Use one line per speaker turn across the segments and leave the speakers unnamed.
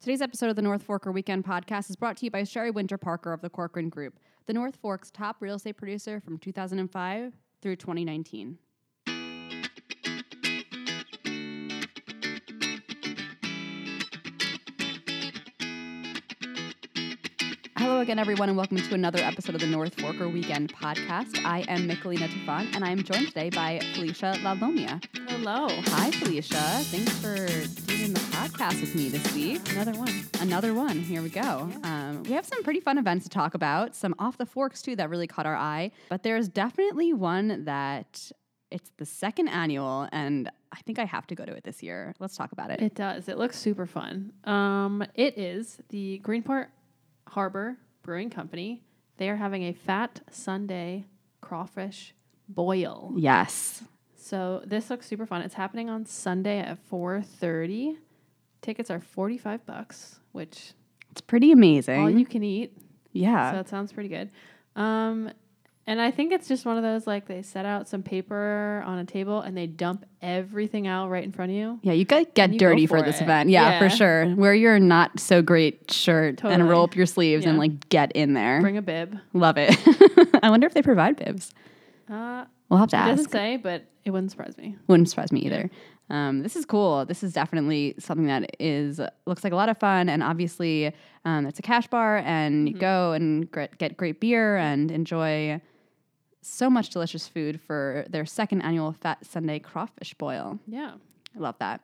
Today's episode of the North Forker Weekend Podcast is brought to you by Sherry Winter Parker of the Corcoran Group, the North Fork's top real estate producer from 2005 through 2019. Hello again, everyone, and welcome to another episode of the North Forker Weekend Podcast. I am Michelina Tufan, and I am joined today by Felicia Lalomia.
Hello.
Hi, Felicia. Thanks for doing the podcast with me this week.
Another one.
Another one. Here we go. Um, we have some pretty fun events to talk about, some off the forks too that really caught our eye. But there's definitely one that it's the second annual, and I think I have to go to it this year. Let's talk about it.
It does. It looks super fun. Um, it is the Greenport Harbor Brewing Company. They are having a Fat Sunday crawfish boil.
yes.
So this looks super fun. It's happening on Sunday at 4:30. Tickets are 45 bucks, which
It's pretty amazing.
all you can eat. So
yeah.
it sounds pretty good. Um, and I think it's just one of those like they set out some paper on a table and they dump everything out right in front of you.
yeah, you gotta get
you go
dirty for,
for
this
it.
event. Yeah, for
Yeah.
sure. Wear your not so great shirt and
Totally.
roll up your sleeves and
Yeah.
like get in there.
Bring a bib.
Love it. I wonder if they provide bibs.
Uh,
We'll have to
It
ask.
doesn't say, but it wouldn't surprise me.
Wouldn't surprise me either. Um, this is cool. This is definitely something that is looks like a lot of fun, and obviously, um, it's a cash bar, and
Mm-hmm.
you go and gr- get great beer and enjoy so much delicious food for their second annual Fat Sunday crawfish boil.
Yeah.
I love that.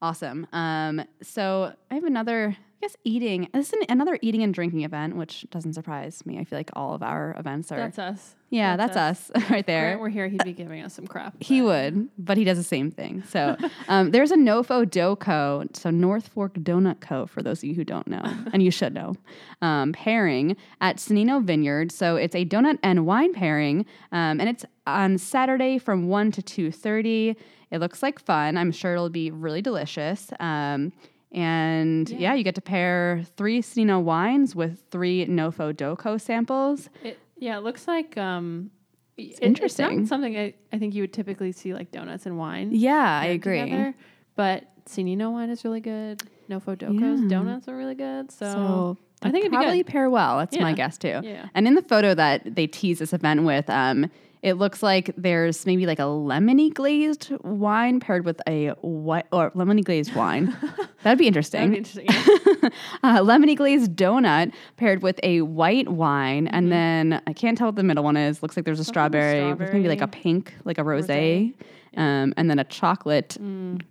Awesome. Um, so I have another, I guess, eating. This is an, another eating and drinking event, which doesn't surprise me. I feel like all of our events are.
That's us.
yeah, that's, us, right
If
there.
Grant were here, he'd be giving us some crap.
He
but
would, but he does the same thing. So um, there's a Nofo Dough Co. So North Fork Donut Co. For those of you who don't know, and you should know, um, pairing at Sonino Vineyard. So it's a donut and wine pairing, um, and it's on Saturday from one to two thirty. It looks like fun. I'm sure it'll be really delicious. Um, and yeah. you get to pair three Sonino wines with three Nofo Dough Co. samples.
It, yeah, it looks like. Um, it's
interesting.
not something I, I think you would typically see like donuts and wine.
Yeah, I
paired
agree.
together, but Sinino wine is really good. Nofo Doco's
Yeah.
donuts are really good. So,
So
I think it'd
probably
be
pair well. That's my
Yeah.
guess too.
Yeah.
And in the photo that they tease this event with, um, it looks like there's maybe like a lemony glazed wine paired with a white or lemony glazed wine. That'd be
good. That'd be
interesting.
interesting. yeah.
uh, lemony glazed donut paired with a white wine, and then I can't tell what the middle one is. Mm-hmm. Looks like there's a strawberry, with maybe like a pink, like a rosé,
Rosé.
um, and then a chocolate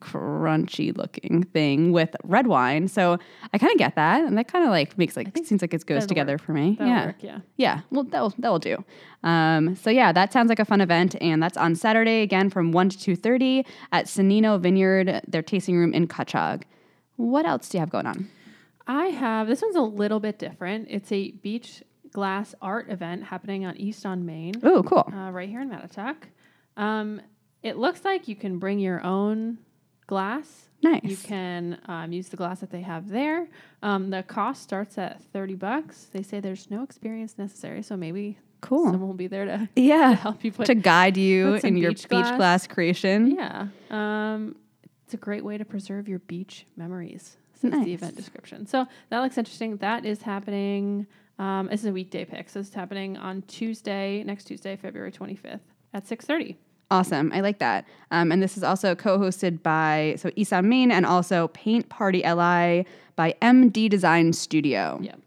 crunchy looking thing with red wine. So I kind of get that, and that kind of like makes like seems like it goes
that'll
together
work.
for me.
That'll
yeah.
work, yeah.
Yeah, well, that'll that'll do. Um, so yeah, that sounds like a fun event, and that's on Saturday again from one to two thirty at Sonino Vineyard, their tasting room in Kachog. What else do you have going on?
I have this one's a little bit different. It's a beach glass art event happening on East on Main.
Oh, cool.
uh, right here in Matatuck. Um, it looks like you can bring your own glass.
Nice.
You can um, use the glass that they have there. Um, the cost starts at thirty bucks. They say there's no experience necessary, so maybe
Cool.
someone will be there to
yeah.
help you put.
To guide you
put some
in your beach
beach
glass,
glass.
creation.
yeah, um, it's a great way to preserve your beach memories. Since
Nice.
the event description, so that looks interesting. That is happening. Um, this is a weekday pick, so it's happening on Tuesday, next Tuesday, February twenty fifth at six thirty.
Awesome. I like that. Um, and this is also co hosted by so East on Main and also Paint Party LI by MD Design Studio.
Yep.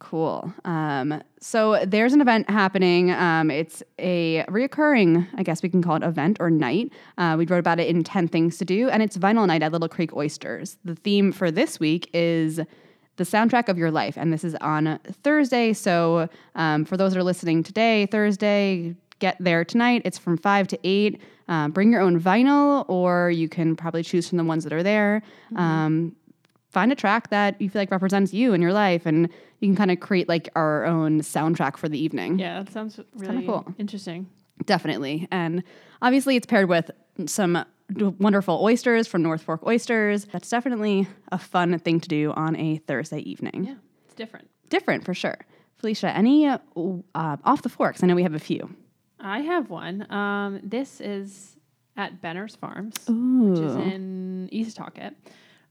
Cool. Um, so there's an event happening. Um, it's a reoccurring, I guess we can call it event or night. Uh, we wrote about it in 10 Things to Do, and it's Vinyl Night at Little Creek Oysters. The theme for this week is the soundtrack of your life, and this is on Thursday. So um, for those that are listening today, Thursday, get there tonight. It's from 5 to 8. Um, bring your own vinyl, or you can probably choose from the ones that are there. Um, find a track that you feel like represents you and your life and you can kind of create like our own soundtrack for the evening
Yeah, that sounds really
cool.
interesting.
definitely and obviously it's paired with some d- wonderful oysters from north fork oysters that's definitely a fun thing to do on a thursday evening
Yeah, it's different.
different for sure felicia any uh, w- uh, off the forks i know we have a few
I have one. Um, this is at Benner's Farms, which is in East Talkett.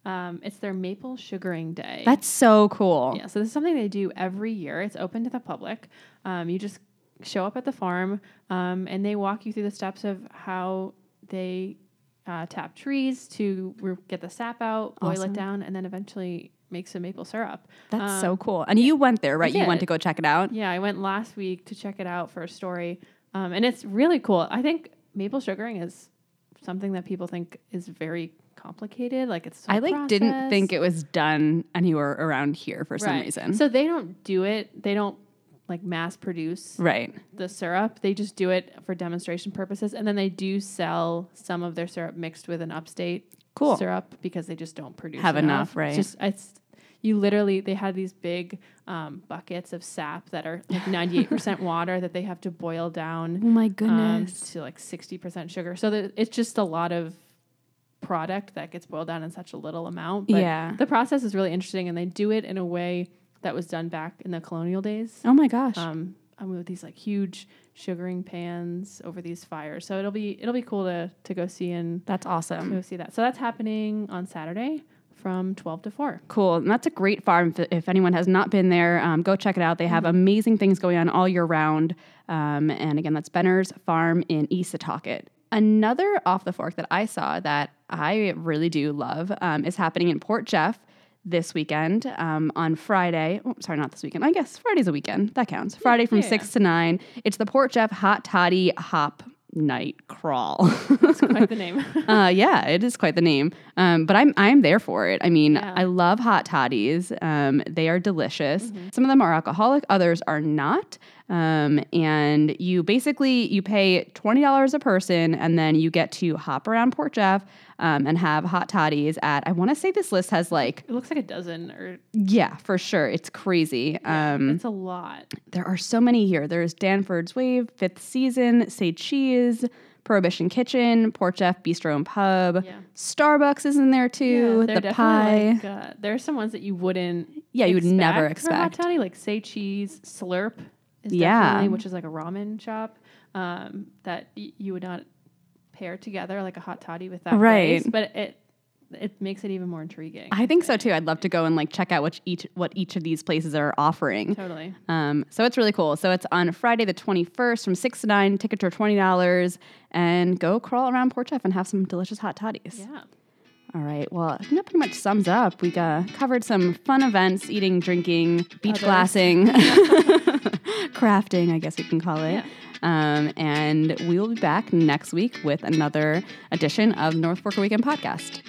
Um, it's their maple sugaring day.
That's so cool.
Yeah, so this is something they do every year. It's open to the public. Um, you just show up at the farm, um, and they walk you through the steps of how they uh, tap trees to re- get the sap out, boil
Awesome.
it down, and then eventually make some maple syrup.
That's
Um,
so cool. And you went there, right? You went
did.
to go check it out.
Yeah, I went last week to check it out for a story, um, and it's really cool. I think maple sugaring is something that people think is very complicated. Like it's
I like didn't
it.
think it was done anywhere around here for some
Right.
reason.
So they don't do it. They don't like mass produce
right.
the syrup. They just do it for demonstration purposes, and then they do sell some of their syrup mixed with an upstate
Cool.
syrup because they just don't produce
Have enough, right.
It's just it's you literally they had these big um, buckets of sap that are like ninety eight percent water that they have to boil down
Oh my
um, to like sixty percent sugar. So that it's just a lot of product that gets boiled down in such a little amount. But
yeah.
the process is really interesting, and they do it in a way that was done back in the colonial days.
Oh my gosh.
Um, I mean, with these like huge sugaring pans over these fires, so it'll be it'll be cool to to go see and
that's
to
awesome.
go see that. So that's happening on Saturday from twelve to four.
Cool. And that's a great farm. If, if anyone has not been there, um, go check it out. They have amazing things going on all year round. Um, and again, that's Benner's Farm in East Setauket. Another off the fork that I saw that I really do love um, is happening in Port Jeff this weekend um, on Friday. Oh, sorry, not this weekend. I guess Friday's a weekend. That counts. Friday from
yeah,
6 to 9. It's the Port Jeff Hot Toddy Hop Night Crawl.
Like the name.
uh, yeah, it is quite the name. Um, but I'm I'm there for it. I mean,
Yeah.
I love hot toddies. Um, they are delicious. Some of them are alcoholic, others are not. Um, and you basically you pay twenty dollars a person, and then you get to hop around Port Jeff um, and have hot toddies at. I want to say this list has like
it looks like a dozen, or
yeah, for sure. It's crazy. Um,
it's a lot.
there are so many here. There's Danford's Wave, Fifth Season, Say Cheese, Prohibition Kitchen, Port Jeff Bistro and Pub.
Yeah.
Starbucks is in there too.
they're
the
definitely,
pie.
Like, uh, there are some ones that you wouldn't.
Yeah, you would never
for hot
expect.
toddy, like say cheese slurp. Is
Yeah.
definitely- which is like a ramen shop um, that y- you would not pair together like a hot toddy with that.
Right.
place, but it it makes it even more intriguing.
I think so too. I'd love to go and like check out what each what each of these places are offering.
totally.
Um, so it's really cool. So it's on Friday the 21st from 6 to 9. Tickets are $20 and go crawl around Port Jeff and have some delicious hot toddies.
Yeah.
All right. Well, I think that pretty much sums up. We uh, covered some fun events, eating, drinking, beach
Others.
glassing, crafting, I guess we can call it.
Yeah.
Um, and we will be back next week with another edition of North Fork Weekend Podcast.